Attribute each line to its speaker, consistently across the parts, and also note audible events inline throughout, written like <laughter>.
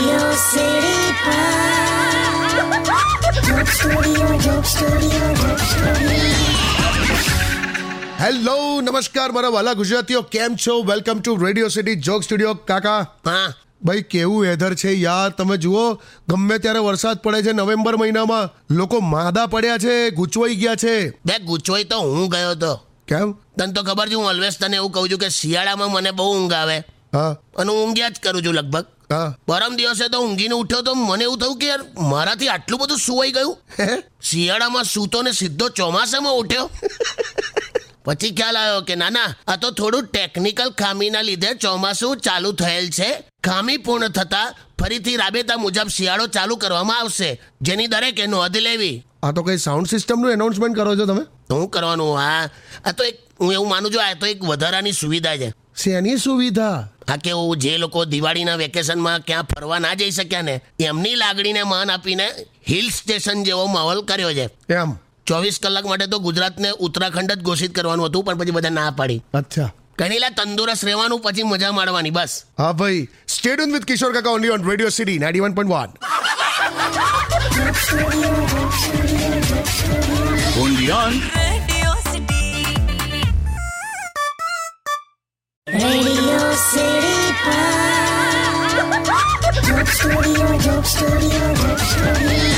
Speaker 1: सीढ़ी pod studio joke studio joke studio
Speaker 2: hello નમસ્કાર મારા વાલા ગુજરાતીઓ કેમ છો welcome to radio city joke studio કાકા
Speaker 3: હા
Speaker 2: ભાઈ કેવું વેધર છે યાર તમે જુઓ ગમે ત્યારે વરસાદ પડે છે નવેમ્બર મહિનામાં લોકો માદા પડ્યા છે ગૂંચવાઈ ગયા છે
Speaker 3: બે ગુચોય તો હું ગયો તો
Speaker 2: કેમ
Speaker 3: તને તો ખબર છે હું ઓલવેઝ તને એવું કહું છું કે શિયાળામાં મને બહુ ઊંઘ આવે
Speaker 2: હા
Speaker 3: અને હું ઊંઘ્યા જ કરું છું લગભગ
Speaker 2: હા
Speaker 3: પરમ દિવસે તો ઊંઘીને ઉઠ્યો તો મને એવું થયું કે યાર મારાથી આટલું બધું સુવાઈ ગયું
Speaker 2: હે?
Speaker 3: શિયાળામાં સૂતો ને સીધો ચોમાસામાં ઉઠ્યો પછી ખ્યાલ આવ્યો કે ના ના આ તો થોડું ટેકનિકલ ખામીના લીધે ચોમાસું ચાલુ થયેલ છે ખામી પૂર્ણ થતા ફરીથી રાબેતા મુજબ શિયાળો ચાલુ કરવામાં આવશે જેની દરેકે નોંધ લેવી
Speaker 2: આ તો કઈ સાઉન્ડ સિસ્ટમનું એનાઉન્સમેન્ટ કરો છો તમે
Speaker 3: તો હું કરવાનું આ આ તો એક હું એવું માનું છું આ તો એક વધારાની સુવિધા છે
Speaker 2: શેની સુવિધા
Speaker 3: આ કેવું જે લોકો દિવાળીના વેકેશનમાં ક્યાં ફરવા ના જઈ શક્યા ને એમની લાગણીને માન આપીને હિલ સ્ટેશન જેવો માહોલ કર્યો છે
Speaker 2: એમ
Speaker 3: ચોવીસ કલાક માટે તો ગુજરાતને ઉત્તરાખંડ જ ઘોષિત કરવાનું હતું પણ પછી બધા ના પાડી
Speaker 2: અચ્છા
Speaker 3: કણીલા તંદુરસ્ત રહેવાનું પછી મજા માણવાની બસ
Speaker 2: હા ભાઈ સ્ટેડિયમ વિથ કિશોર કાકા only on radio city ninety one point one
Speaker 1: radio city पर joke studio joke studio joke studio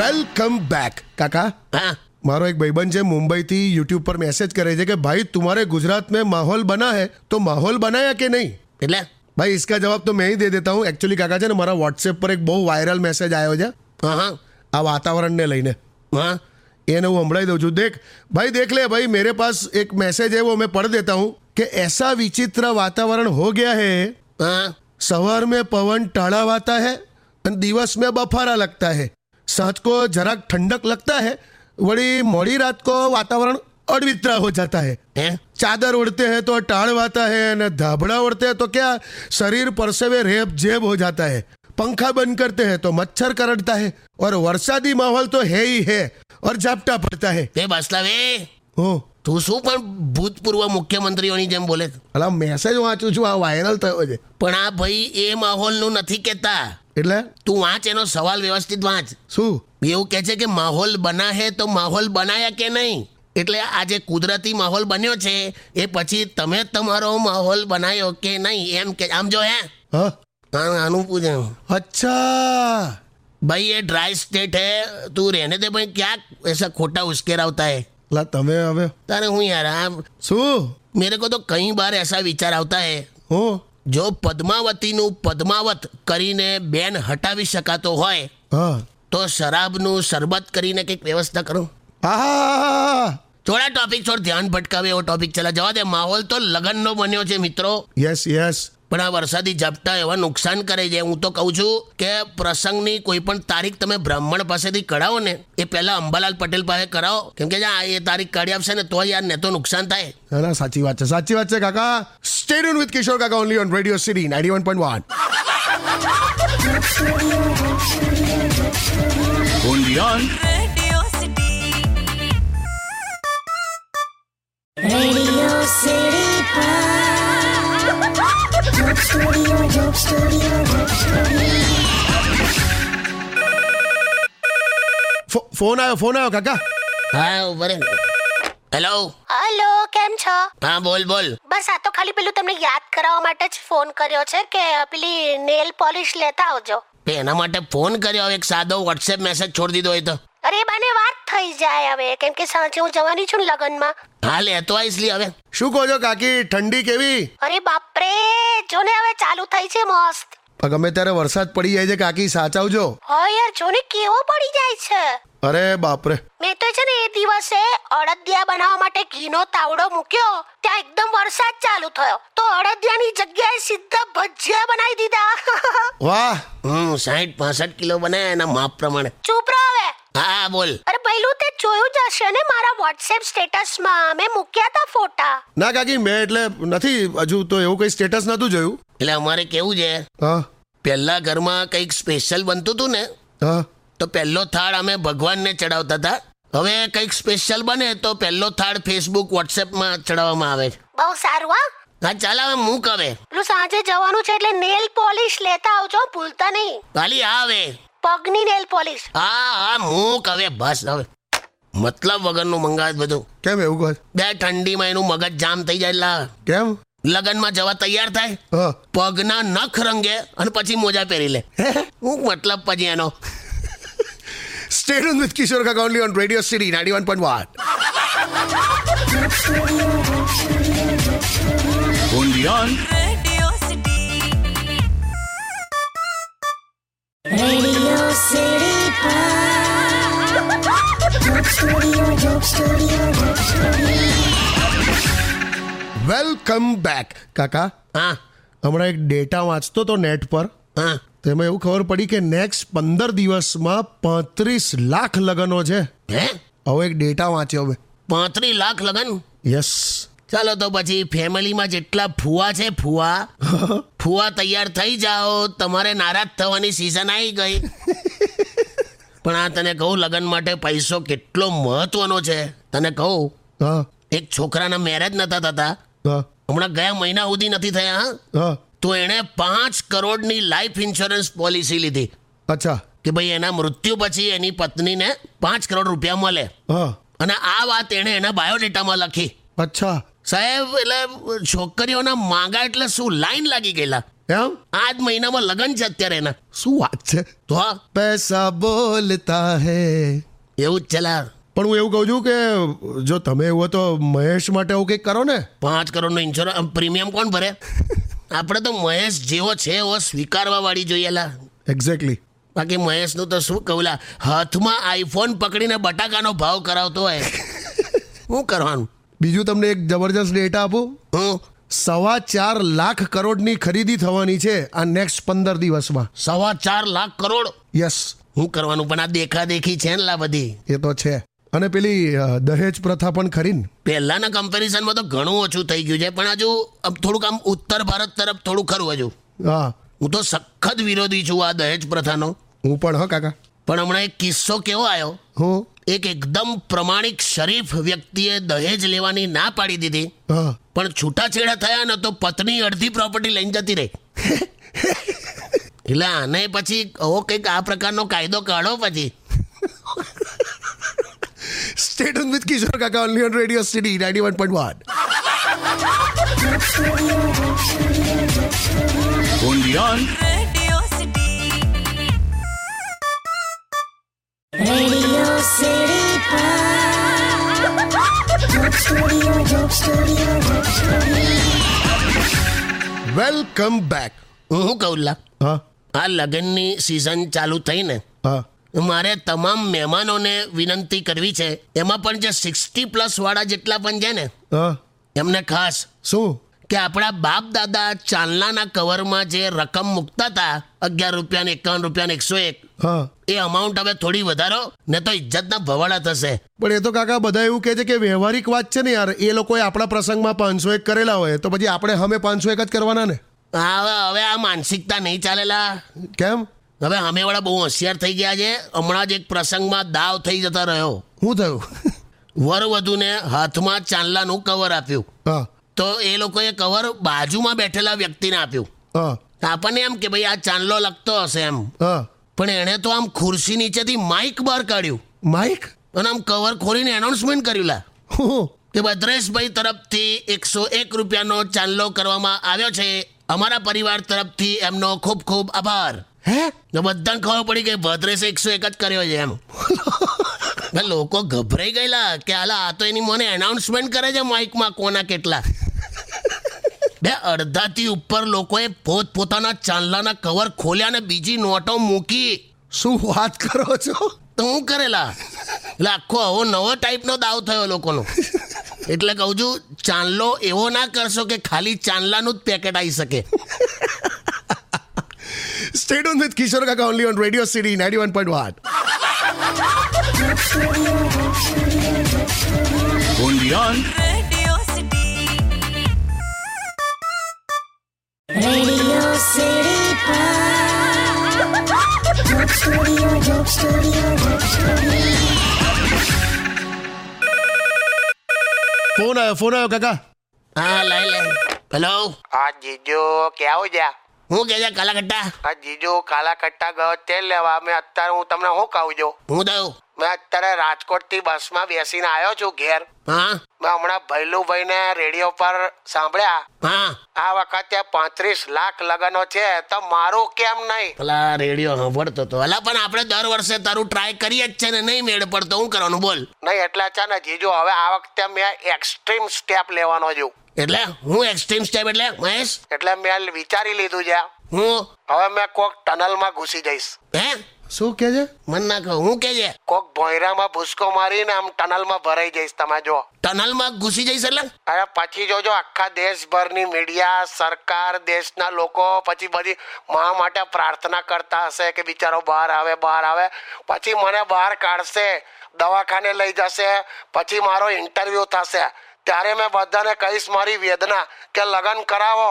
Speaker 2: welcome back કાકા
Speaker 3: હા
Speaker 2: મારો એક ભાઈબંધ છે મુંબઈથી યુટ્યુબ પર મેસેજ કરે છે કે ભાઈ तुम्हारे गुजरात में माहौल बना है तो माहौल बनाया कि नहीं
Speaker 3: એટલે
Speaker 2: भाई इसका जवाब तो मैं ही दे देता हूँ एक्चुअली काका છે ને મારા WhatsApp પર એક બહુ વાયરલ મેસેજ આવ્યો છે
Speaker 3: હા હા
Speaker 2: આ વાતાવરણને લઈને
Speaker 3: હા
Speaker 2: એને હું હમણાં દઉં છું દેખ ભાई देख ले भाई मेरे पास एक मैसेज है वो मैं पढ़ देता हूँ कि ऐसा विचित्र वातावरण हो गया है
Speaker 3: હા
Speaker 2: सवार में पवन टड़ावाता है અને દિવસ મેં બફારા લગતા હે સાંજ को જરાક ઠંडक लगता है वड़ी મોડી રાત को વાતાવરણ અડવિતરા હો જાતા है
Speaker 3: હે
Speaker 2: चादर उड़ते हैं तो टाड़वाता है न धाबड़ा उड़ते हैं तो क्या शरीर परसेवे रेप जेब हो जाता है पंखा बंद करते हैं तो मच्छर करड़ता है और वर्षादी माहौल तो है ही है और झपटा पड़ता है
Speaker 3: તે બસલાવે
Speaker 2: हो
Speaker 3: તું શું પણ ભૂતપૂર્વ મુખ્યમંત્રીઓની જેમ બોલે છે?
Speaker 2: અલા મેસેજ વાંચું છું આ વાયરલ થયો છે
Speaker 3: પણ આ ભાઈ એ માહોલનું નથી કહેતા
Speaker 2: એટલે
Speaker 3: તું વાંચ એનો સવાલ વ્યવસ્થિત વાંચ
Speaker 2: શું
Speaker 3: એવું કહે છે કે માહોલ બના હે તો માહોલ બનાયા કે નહીં એટલે આ જે કુદરતી માહોલ બન્યો છે એ પછી તમે તમારો માહોલ બનાવ્યો કે નહીં એમ કે આમ જો હે
Speaker 2: હા
Speaker 3: હા, આનું પૂછે
Speaker 2: અચ્છા
Speaker 3: ભાઈ એ ડ્રાય સ્ટેટ હે તું રહેને દે ભાઈ ક્યાંક એસા ખોટા ઉશ્કેરાવતા હે
Speaker 2: લા તમે હવે
Speaker 3: તારે હું યાર આ
Speaker 2: શું
Speaker 3: મેરે કો તો કઈ બાર એસા વિચાર આવતા હે
Speaker 2: હું
Speaker 3: જો પદ્માવતીનું પદ્માવત કરીને બેન હટાવી શકાતો હોય
Speaker 2: હા
Speaker 3: તો શરાબનું શરબત કરીને કંઈક વ્યવસ્થા કરો
Speaker 2: આહા
Speaker 3: થોડા ટોપિક છોડ ધ્યાન ભટકાવે એવો ટોપિક ચલા જવા દે માહોલ તો લગ્નનો બન્યો છે મિત્રો
Speaker 2: યસ યસ
Speaker 3: પણ આ વરસાદી ઝાપટા એવા નુકસાન કરે છે હું તો કહું છું કે પ્રસંગની કોઈ પણ તારીખ તમે બ્રાહ્મણ પાસેથી કઢાવો ને એ પહેલા અંબાલાલ પટેલ પાસે કરાવો કેમ કે આ એ તારીખ કાઢી આપશે ને તો યાર ને તો નુકસાન થાય
Speaker 2: ના ના સાચી વાત છે સાચી વાત છે કાકા સ્ટેડિયમ વિથ કિશોર કાકા only on radio city ninety one point one
Speaker 1: radio city पर joke studio joke studio joke studio
Speaker 2: ફો- ફોન આવ્યો ફોન આવ્યો કાકા
Speaker 3: હા ઉભરે હેલો
Speaker 4: હલો કેમ છો
Speaker 3: હા બોલ બોલ
Speaker 4: બસ આ તો ખાલી પેલું તમને યાદ કરાવવા માટે જ ફોન કર્યો છે કે પેલી નેલ પોલિશ લેતા આવજો
Speaker 3: તે એના માટે ફોન કર્યો હવે એક સાદો વોટ્સએપ મેસેજ છોડી દીધો હોય તો
Speaker 4: અરે એ બાને વાત થઈ જાય હવે કેમ કે સાંજે હું જવાની છું ને લગનમાં
Speaker 3: હા લેતો આવીશ લી હવે
Speaker 2: શું કહો છો કાકી ઠંડી કેવી
Speaker 4: અરે બાપરે જો ને હવે ચાલુ થઈ છે મસ્ત
Speaker 2: પણ ગમે ત્યારે વરસાદ પડી જાય છે કાકી સાચવજો
Speaker 4: હો યાર જો ને કેવો પડી જાય છે
Speaker 2: અરે બાપરે
Speaker 4: મેં તો છે ને એ દિવસે અડદિયા બનાવવા માટે ઘીનો તાવડો મૂક્યો ત્યાં એકદમ વરસાદ ચાલુ થયો તો અડદિયાની જગ્યાએ સીધા ભજીયા બનાવી દીધા <laughs>
Speaker 2: વાહ
Speaker 3: હમ સાઠ પાસઠ કિલો બનાયા એના માપ પ્રમાણે
Speaker 4: ચૂપ રહો હવે
Speaker 3: હા હા, બોલ
Speaker 4: અરે પહેલું તે જોયું જ હશે ને મારા વોટ્સએપ સ્ટેટસમાં મેં મૂક્યા હતા ફોટા
Speaker 2: ના કાકી મેં એટલે નથી હજુ તો એવું કઈ સ્ટેટસ નહોતું જોયું
Speaker 3: એટલે અમારે કેવું છે
Speaker 2: હા
Speaker 3: પહેલા ઘરમાં કંઈક સ્પેશિયલ બનતું હતું ને
Speaker 2: હા
Speaker 3: તો પહેલો થાળ અમે ભગવાનને ચડાવતા હતા હવે કંઈક સ્પેશિયલ બને તો પહેલો થાળ ફેસબુક વોટ્સએપમાં ચડાવવામાં આવે છે
Speaker 4: બહુ સારું હા
Speaker 3: હા ચાલ હવે મૂક હવે
Speaker 4: પેલું સાંજે જવાનું છે એટલે નેલ પોલિશ લેતા આવજો ભૂલતા નહીં
Speaker 3: ખાલી આવે
Speaker 4: પગની નેલ પોલિશ
Speaker 3: હા હા મૂક હવે બસ હવે મતલબ વગરનું મંગાવે છે બધું
Speaker 2: કેમ એવું કહો
Speaker 3: બે ઠંડીમાં એનું મગજ જામ થઈ જાય લા
Speaker 2: કેમ
Speaker 3: લગનમાં જવા તૈયાર થાય
Speaker 2: હા <laughs>
Speaker 3: પગના નખ રંગે અને પછી મોજા પહેરી લે હું મતલબ પછી એનો
Speaker 2: Stay tuned with Kishore Kaka only on Radio City 91.1.
Speaker 5: only on
Speaker 6: Radio City.
Speaker 1: Radio City Pod. Joke Studio, Joke Studio, Joke Studio.
Speaker 2: Welcome back કાકા
Speaker 3: હા
Speaker 2: હમણાં એક ડેટા વાંચતો તો નેટ પર
Speaker 3: હા
Speaker 2: તેમાં એવું ખબર પડી કે નેક્સ્ટ પંદર દિવસમાં પાંત્રીસ લાખ લગ્નો છે
Speaker 3: હે
Speaker 2: હવે એક ડેટા વાંચ્યો મેં
Speaker 3: પાંત્રીસ લાખ લગન
Speaker 2: યસ
Speaker 3: ચાલો તો પછી ફેમિલીમાં જેટલા ફુવા છે ફુવા ફુવા તૈયાર થઈ જાઓ તમારે નારાજ થવાની સીઝન આવી ગઈ પણ આ તને કહું લગ્ન માટે પૈસો કેટલો મહત્વનો છે તને કહું
Speaker 2: હા
Speaker 3: એક છોકરાના મેરેજ નતા થતા
Speaker 2: હા
Speaker 3: હમણાં ગયા મહિના સુધી નથી થયા હા
Speaker 2: હા
Speaker 3: તો એણે પાંચ કરોડની લાઈફ ઇન્સ્યોરન્સ પોલિસી લીધી
Speaker 2: અચ્છા
Speaker 3: કે ભાઈ એના મૃત્યુ પછી એની પત્નીને પાંચ કરોડ રૂપિયા મળે
Speaker 2: હા
Speaker 3: અને આ વાત એણે એના બાયોડેટામાં લખી
Speaker 2: અચ્છા
Speaker 3: સાહેબ એટલે છોકરીઓના માંગા એટલે શું લાઈન લાગી ગયેલા
Speaker 2: એમ
Speaker 3: આ જ મહિનામાં લગ્ન છે અત્યારે એના
Speaker 2: શું વાત છે
Speaker 3: તો હા,
Speaker 2: પૈસા બોલતા હે
Speaker 3: એવું જ ચલા
Speaker 2: પણ હું એવું કહું છું કે જો તમે એવું હોય તો મહેશ માટે એવું કંઈક કરો ને
Speaker 3: પાંચ કરોડનો ઇન્સ્યોરન્સ પ્રીમિયમ કોણ ભરે આપણે તો મહેશ જેવો છે એવો સ્વીકારવા વાળી જોઈએલા
Speaker 2: એક્ઝેક્ટલી
Speaker 3: બાકી મહેશનું તો શું કહું લા હાથમાં આઈફોન પકડીને બટાકાનો ભાવ કરાવતો હોય શું કરવાનું
Speaker 2: બીજું તમને એક જબરજસ્ત ડેટા આપું
Speaker 3: હું
Speaker 2: સવા ચાર લાખ કરોડની ખરીદી થવાની છે આ નેક્સ્ટ પંદર દિવસમાં
Speaker 3: સવા ચાર લાખ કરોડ
Speaker 2: યસ
Speaker 3: હું કરવાનું પણ આ દેખા દેખી છે ને લા બધી
Speaker 2: એ તો છે અને પેલી અ, દહેજ પ્રથા પણ ખરીન
Speaker 3: પહેલાના કમ્પેરિઝનમાં તો ઘણું ઓછું થઈ ગયું છે પણ હજુ આમ થોડુંક આમ ઉત્તર ભારત તરફ થોડું ખરું હજુ
Speaker 2: હા
Speaker 3: હું તો સખત વિરોધી છું આ દહેજ પ્રથાનો
Speaker 2: હું પણ હ કાકા
Speaker 3: પણ હમણાં એક કિસ્સો કેવો આવ્યો
Speaker 2: હું
Speaker 3: એક એકદમ પ્રમાણિક શરીફ વ્યક્તિએ દહેજ લેવાની ના પાડી દીધી
Speaker 2: હા
Speaker 3: પણ છૂટાછેડા થયા ને તો પત્ની અડધી પ્રોપર્ટી લઈને જતી રહી એટલે આને પછી ઓ કંઈક આ પ્રકારનો કાયદો કાઢો પછી
Speaker 2: સ્ટેટ વિથ કિશોર કાકા only on radio city ninety one point one
Speaker 5: only on
Speaker 6: Radio City.
Speaker 1: Radio City Pod. Joke Studio, Joke Studio, Joke Studio.
Speaker 2: Welcome back
Speaker 3: હું શું કહું લા
Speaker 2: હા
Speaker 3: આ લગ્નની સિઝન ચાલુ થઈ ને
Speaker 2: હા
Speaker 3: મારે તમામ મહેમાનોને વિનંતી કરવી છે એમાં પણ જે સિક્સટી પ્લસ વાળા જેટલા પણ છે ને
Speaker 2: હા
Speaker 3: એમને ખાસ
Speaker 2: શું
Speaker 3: કે આપણા બાપ દાદા ચાલનાના કવરમાં જે રકમ મૂકતા હતા અગિયાર રૂપિયા ને એકાવન રૂપિયા ને એકસો એક
Speaker 2: હા
Speaker 3: એ અમાઉન્ટ હવે થોડી વધારો ને તો ઇજ્જતના ભવાડા થશે
Speaker 2: પણ એ તો કાકા બધા એવું કહે છે કે વ્યવહારિક વાત છે ને યાર એ લોકોએ આપણા પ્રસંગમાં પાંચસો એક કરેલા હોય તો પછી આપણે અમે પાંચસો એક જ કરવાના ને
Speaker 3: હા, હવે હવે આ માનસિકતા નહીં ચાલેલા
Speaker 2: કેમ
Speaker 3: હવે હમેવાળા બહુ હોશિયાર થઈ ગયા છે હમણાં જ એક પ્રસંગમાં દાવ થઈ જતા રહ્યો
Speaker 2: શું થયું <laughs>
Speaker 3: વર વધુને હાથમાં ચાંદલાનું કવર આપ્યું
Speaker 2: હા
Speaker 3: તો એ લોકોએ કવર બાજુમાં બેઠેલા વ્યક્તિને આપ્યું
Speaker 2: હા
Speaker 3: આપણને એમ કે ભાઈ આ ચાંદલો લગતો હશે એમ
Speaker 2: હા
Speaker 3: પણ એણે તો આમ ખુરશી નીચેથી માઇક બહાર કાઢ્યું
Speaker 2: માઇક
Speaker 3: અને આમ કવર ખોલીને એનાઉન્સમેન્ટ કર્યું લા
Speaker 2: હું
Speaker 3: કે ભદ્રેશભાઈ તરફથી એકસો એક રૂપિયાનો ચાંદલો કરવામાં આવ્યો છે અમારા પરિવાર તરફથી એમનો ખૂબ ખૂબ આભાર
Speaker 2: હે
Speaker 3: તો બધાને ખબર પડી કે ભદ્રેશે એકસો એક જ કર્યો છે એમ એટલે લોકો ગભરાઈ ગયેલા કે આલા આ તો એની મને એનાઉન્સમેન્ટ કરે છે માઇકમાં કોના કેટલા બે અડધાથી ઉપર લોકોએ પોત પોતાના ચાંદલાના કવર ખોલ્યા અને બીજી નોટો મૂકી
Speaker 2: શું વાત કરો છો
Speaker 3: તો હું કરેલા એટલે આખો આવો નવો ટાઈપનો દાવ થયો લોકોનો એટલે કહું છું ચાંદલો એવો ના કરશો કે ખાલી ચાંદલાનું જ પેકેટ આવી શકે
Speaker 2: સ્ટેટ ઓન વિથ કિશોર કાકા only on radio city ninety one point
Speaker 5: only on
Speaker 6: Radio City.
Speaker 1: Radio City Pod. Joke Studio, Joke Studio, Joke Studio.
Speaker 2: Phone આવ્યો ફોન આવ્યો કાકા
Speaker 3: હા લાઈ લાઈ હેલો
Speaker 7: આ જીજુ ક્યાં ઉજ્યા
Speaker 3: હું કે છે કાલાકટ્ટા
Speaker 7: આ જીજુ કાલા કટ્ટા ગયો તેલ લેવા મેં અત્યારે હું તમને શું કહું છું
Speaker 3: હું દઉં
Speaker 7: મેં અત્યારે રાજકોટથી બસમાં બેસીને આવ્યો છું ઘેર
Speaker 3: હા
Speaker 7: મેં હમણાં ભૈલુભાઈને રેડિયો પર સાંભળ્યા
Speaker 3: હા
Speaker 7: આ વખતે પાંત્રીસ લાખ લગ્નો છે તો મારું કેમ નહીં
Speaker 3: પેલા રેડિયો સાંભળતો હતો અલા પણ આપણે દર વર્ષે તારું ટ્રાય કરીએ જ છે ને નહીં મેળ પડતો હું કરવાનું બોલ
Speaker 7: નહીં એટલે છે ને જીજુ હવે આ વખતે મેં એક્સ્ટ્રીમ સ્ટેપ લેવાનો છું
Speaker 3: એટલે હું એક્સ્ટ્રીમ સ્ટેપ એટલે મહેશ
Speaker 7: એટલે મેં વિચારી લીધું છે
Speaker 3: હું
Speaker 7: હવે મેં કોક ટનલમાં ઘૂસી જઈશ
Speaker 3: હે
Speaker 2: શું કે છે
Speaker 3: મન ના કહું હું કે છે
Speaker 7: કોક ભોંયરામાં ભૂસકો મારીને આમ ટનલમાં ભરાઈ જઈશ તમે જો
Speaker 3: ટનલમાં ઘૂસી જઈશ એટલે
Speaker 7: અરે પછી જોજો આખા દેશભરની મીડિયા સરકાર દેશના લોકો પછી બધી મા માટે પ્રાર્થના કરતા હશે કે બિચારો બહાર આવે બહાર આવે પછી મને બહાર કાઢશે દવાખાને લઈ જશે પછી મારો ઇન્ટરવ્યૂ થશે ત્યારે મેં બધાને કહીશ મારી વેદના કે લગ્ન કરાવો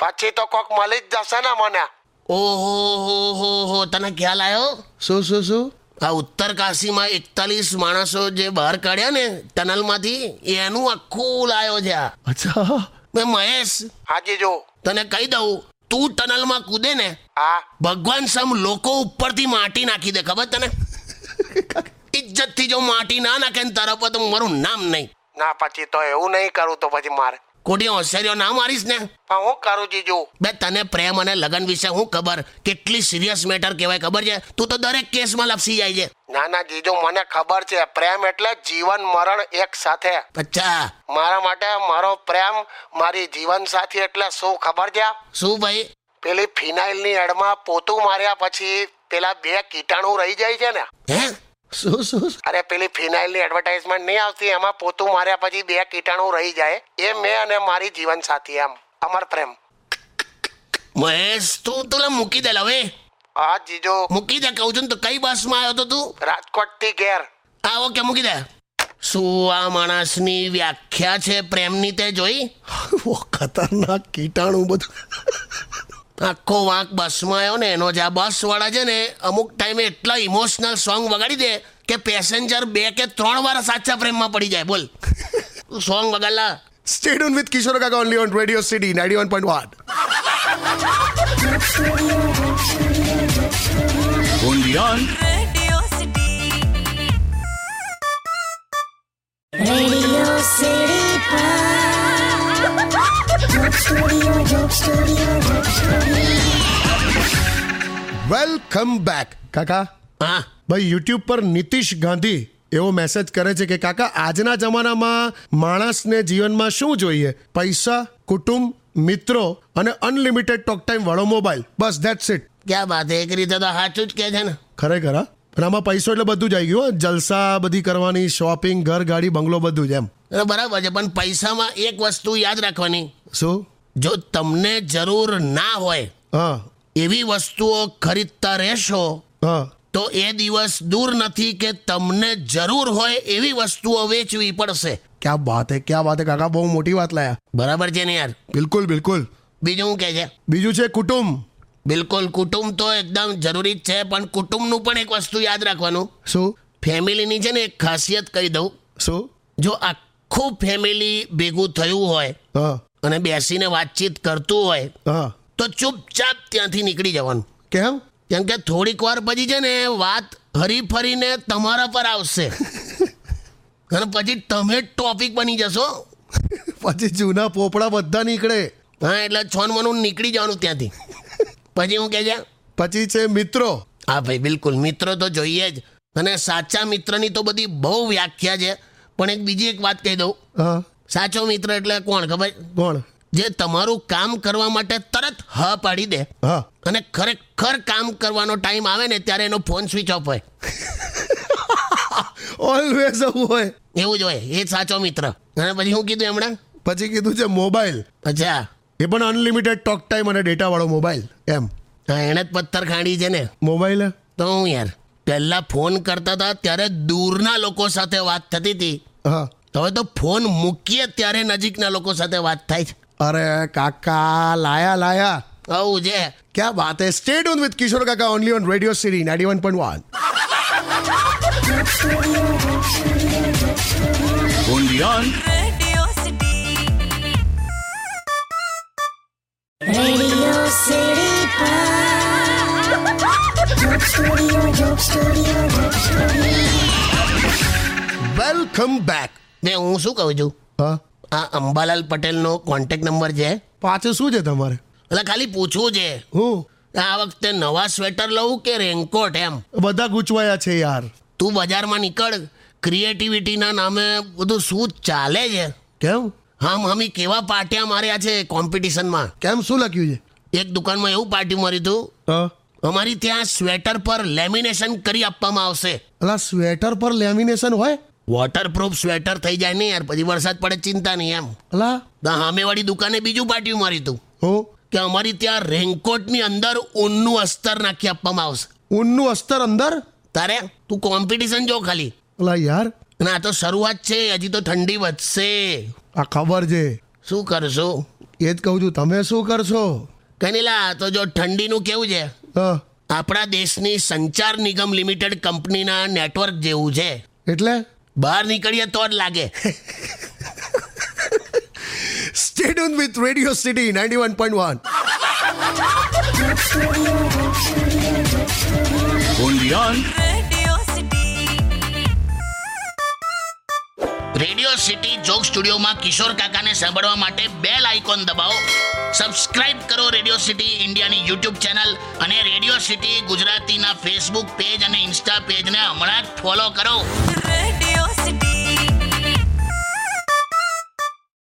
Speaker 7: પછી તો કોક મળી જ જશે ને મને
Speaker 3: ઓહો હો હો હો તને ખ્યાલ આવ્યો
Speaker 2: શું શું શું
Speaker 3: આ ઉત્તર કાશીમાં એકતાલીસ માણસો જે બહાર કાઢ્યા ને ટનલમાંથી એનું આખું લાયો છે આ.
Speaker 2: અચ્છા
Speaker 3: બે મહેશ
Speaker 7: હાજી જો
Speaker 3: તને કહી દઉં તું ટનલમાં કૂદે ને
Speaker 7: હા
Speaker 3: ભગવાન સમ લોકો ઉપરથી માટી નાખી દે ખબર તને ઇજ્જતથી જો માટી ના નાખે ને તારા પર તો મારું નામ નહીં
Speaker 7: ના પછી તો એવું નહીં કરું તો પછી મારે
Speaker 3: ખોટી હોશિયારીઓ ના મારીશ ને
Speaker 7: પણ હું કરું જીજુ
Speaker 3: બે તને પ્રેમ અને લગ્ન વિશે હું ખબર કેટલી સિરિયસ મેટર કહેવાય ખબર છે તું તો દરેક કેસમાં લપસી જાય છે
Speaker 7: ના ના જીજુ મને ખબર છે પ્રેમ એટલે જીવન મરણ એક સાથે
Speaker 3: અચ્છા
Speaker 7: મારા માટે મારો પ્રેમ મારી જીવન સાથી એટલે શું ખબર છે
Speaker 3: શું ભાઈ
Speaker 7: પેલી ફિનાઇલની એડમાં પોતું માર્યા પછી પેલા બે કીટાણુ રહી જાય છે ને
Speaker 3: હે
Speaker 2: શું શું
Speaker 7: અરે પેલી ફિનાઇલની એડવર્ટાઇઝમેન્ટ નહીં આવતી એમાં પોતું માર્યા પછી બે કીટાણુ રહી જાય એ મેં અને મારી જીવન સાથી એમ અમર પ્રેમ
Speaker 3: મહેશ તું તું લા મૂકી દે લા હવે
Speaker 7: હા જીજુ
Speaker 3: મૂકી દે કહું છું ને તો કઈ બસમાં આવ્યો તો તું
Speaker 7: રાજકોટ થી ઘેર
Speaker 3: આ ઓકે મૂકી દે શું આ માણસની વ્યાખ્યા છે પ્રેમની તે જોઈ
Speaker 2: ખતરનાક કીટાણુ બધું
Speaker 3: આખો વાંક બસમાં આવ્યો ને એનો જે આ બસવાળા છે ને અમુક ટાઈમે એટલા ઇમોશનલ સોંગ વગાડી દે કે પેસેન્જર બે કે ત્રણ વાર સાચા પ્રેમમાં પડી જાય બોલ સોંગ વગાડલા
Speaker 2: સ્ટેડિયમ વિથ કિશોર કાકા only on radio city ninety one point one
Speaker 5: Undian.
Speaker 6: Radio City.
Speaker 1: Radio City Pod. Joke Studio, Joke Studio, Joke Studio.
Speaker 2: Welcome back કાકા
Speaker 3: હા
Speaker 2: ભાઈ યુટ્યુબ પર નીતિશ ગાંધી એવો મેસેજ કરે છે કે કાકા આજના જમાનામાં માણસને જીવનમાં શું જોઈએ પૈસા કુટુંબ મિત્રો અને અનલિમિટેડ ટોક ટાઈમ વાળો મોબાઈલ બસ ધેટ્સ ઇટ
Speaker 3: ક્યાં વાત હે? એક રીતે તો સાચું જ કહે છે ને
Speaker 2: ખરેખર હા પણ આમાં પૈસો એટલે બધું જ આવી ગયું હો. જલસા બધી કરવાની શોપિંગ ઘર ગાડી બંગલો બધું જ એમ
Speaker 3: એટલે બરાબર છે પણ પૈસામાં એક વસ્તુ યાદ રાખવાની
Speaker 2: શું
Speaker 3: જો તમને જરૂર ના હોય
Speaker 2: હા
Speaker 3: એવી વસ્તુઓ ખરીદતા રહેશો
Speaker 2: હા
Speaker 3: તો એ દિવસ દૂર નથી કે તમને જરૂર હોય એવી વસ્તુઓ વેચવી પડશે
Speaker 2: ક્યાં વાત હે ક્યાં વાત હે કાકા બહુ મોટી વાત લાયા
Speaker 3: બરાબર છે ને યાર
Speaker 2: બિલકુલ બિલકુલ
Speaker 3: બીજું હું કહે છે
Speaker 2: બીજું છે કુટુંબ
Speaker 3: બિલકુલ કુટુંબ તો એકદમ જરૂરી જ છે પણ કુટુંબનું પણ એક વસ્તુ યાદ રાખવાનું
Speaker 2: શું
Speaker 3: ફેમિલીની છે ને એક ખાસિયત કહી દઉં
Speaker 2: શું
Speaker 3: જો આખું ફેમિલી ભેગું થયું હોય
Speaker 2: હા
Speaker 3: અને બેસીને વાતચીત કરતું હોય
Speaker 2: હા
Speaker 3: તો ચૂપચાપ ત્યાંથી નીકળી જવાનું
Speaker 2: કેમ
Speaker 3: કેમ કે થોડીક વાર પછી છે ને વાત હરી ફરીને તમારા પર આવશે અને પછી તમે ટોપિક બની જશો
Speaker 2: પછી જૂના પોપડા બધા નીકળે
Speaker 3: હા એટલે છોનવાનું નીકળી જવાનું ત્યાંથી પછી હું કહે છે
Speaker 2: પછી છે મિત્રો
Speaker 3: હા ભાઈ બિલકુલ મિત્રો તો જોઈએ જ અને સાચા મિત્રની તો બધી બહુ વ્યાખ્યા છે પણ એક બીજી એક વાત કહી દઉં
Speaker 2: હા
Speaker 3: સાચો મિત્ર એટલે કોણ ખબર
Speaker 2: કોણ
Speaker 3: જે તમારું કામ કરવા માટે તરત હા પાડી દે
Speaker 2: હા
Speaker 3: અને ખરેખર કામ કરવાનો ટાઈમ આવે ને ત્યારે એનો ફોન સ્વિચ ઓફ હોય
Speaker 2: ઓલવેઝ આવું હોય
Speaker 3: એવું જ હોય એ જ સાચો મિત્ર અને પછી હું કીધું હમણાં
Speaker 2: પછી કીધું છે મોબાઈલ
Speaker 3: અચ્છા
Speaker 2: એ પણ અનલિમિટેડ ટોક ટાઈમ અને ડેટા વાળો મોબાઈલ એમ
Speaker 3: હા એણે જ પથ્થર ખાંડી છે ને
Speaker 2: મોબાઈલ
Speaker 3: તો હું યાર પહેલાં ફોન કરતા હતા ત્યારે દૂરના લોકો સાથે વાત થતી હતી
Speaker 2: હા
Speaker 3: હવે તો ફોન મૂકીએ ત્યારે નજીકના લોકો સાથે વાત થાય છે
Speaker 2: અરે કાકા લાયા લાયા
Speaker 3: આવું છે
Speaker 2: ક્યાં વાત હે સ્ટેડ ઓન વિથ કિશોર કાકા only on radio city ninety one point one
Speaker 5: Undian.
Speaker 6: Radio City.
Speaker 1: city pop. Joke studio, joke studio, joke studio.
Speaker 2: Welcome back
Speaker 3: બે હું શું કહું છું
Speaker 2: હા
Speaker 3: આ અંબાલાલ પટેલનો કોન્ટેક્ટ નંબર છે
Speaker 2: પાછું શું છે તમારે
Speaker 3: એટલે ખાલી પૂછવું છે
Speaker 2: હું
Speaker 3: આ વખતે નવા સ્વેટર લઉં કે રેનકોટ એમ
Speaker 2: બધા ગૂંચવાયા છે યાર
Speaker 3: તું બજારમાં નીકળ ક્રિએટિવિટીના નામે બધું શું ચાલે છે
Speaker 2: કેમ
Speaker 3: હમ હમી કેવા પાટિયા માર્યા છે કોમ્પિટિશનમાં
Speaker 2: કેમ શું લખ્યું છે
Speaker 3: એક દુકાનમાં એવું પાટિયું માર્યું હતું
Speaker 2: હા
Speaker 3: અમારી ત્યાં સ્વેટર પર લેમિનેશન કરી આપવામાં આવશે
Speaker 2: અલા સ્વેટર પર લેમિનેશન હોય
Speaker 3: વોટરપ્રૂફ સ્વેટર થઈ જાય ને યાર પછી વરસાદ પડે ચિંતા નહીં એમ
Speaker 2: અલા
Speaker 3: તો સામેવાળી દુકાને બીજું પાટિયું માર્યું હતું
Speaker 2: હો
Speaker 3: કે અમારી ત્યાં રેનકોટની અંદર ઊનનું અસ્તર નાખી આપવામાં આવશે
Speaker 2: ઊનનું અસ્તર અંદર
Speaker 3: તારે તું કોમ્પિટિશન જો ખાલી
Speaker 2: અલા યાર
Speaker 3: અને આ તો શરૂઆત છે હજી તો ઠંડી વધશે
Speaker 2: આ ખબર છે
Speaker 3: શું કરશો
Speaker 2: એ જ કહું છું તમે શું કરશો
Speaker 3: કનીલા તો જો ઠંડીનું કેવું છે
Speaker 2: હા
Speaker 3: આપણા દેશની સંચાર નિગમ લિમિટેડ કંપનીના નેટવર્ક જેવું છે
Speaker 2: એટલે
Speaker 3: બહાર નીકળીએ તો જ લાગે
Speaker 2: stadium with radio city ninety one point one
Speaker 5: only on
Speaker 6: Radio City.
Speaker 3: Radio city joke સ્ટુડિયોમાં કિશોર કાકાને સાંભળવા માટે બેલ આઇકોન દબાવો સબસ્ક્રાઇબ કરો રેડિયો સિટી ઇન્ડિયાની યુટ્યુબ ચેનલ અને રેડિયો સિટી ગુજરાતીના ફેસબુક પેજ અને ઇન્સ્ટા પેજને હમણાં જ ફોલો કરો
Speaker 6: Radio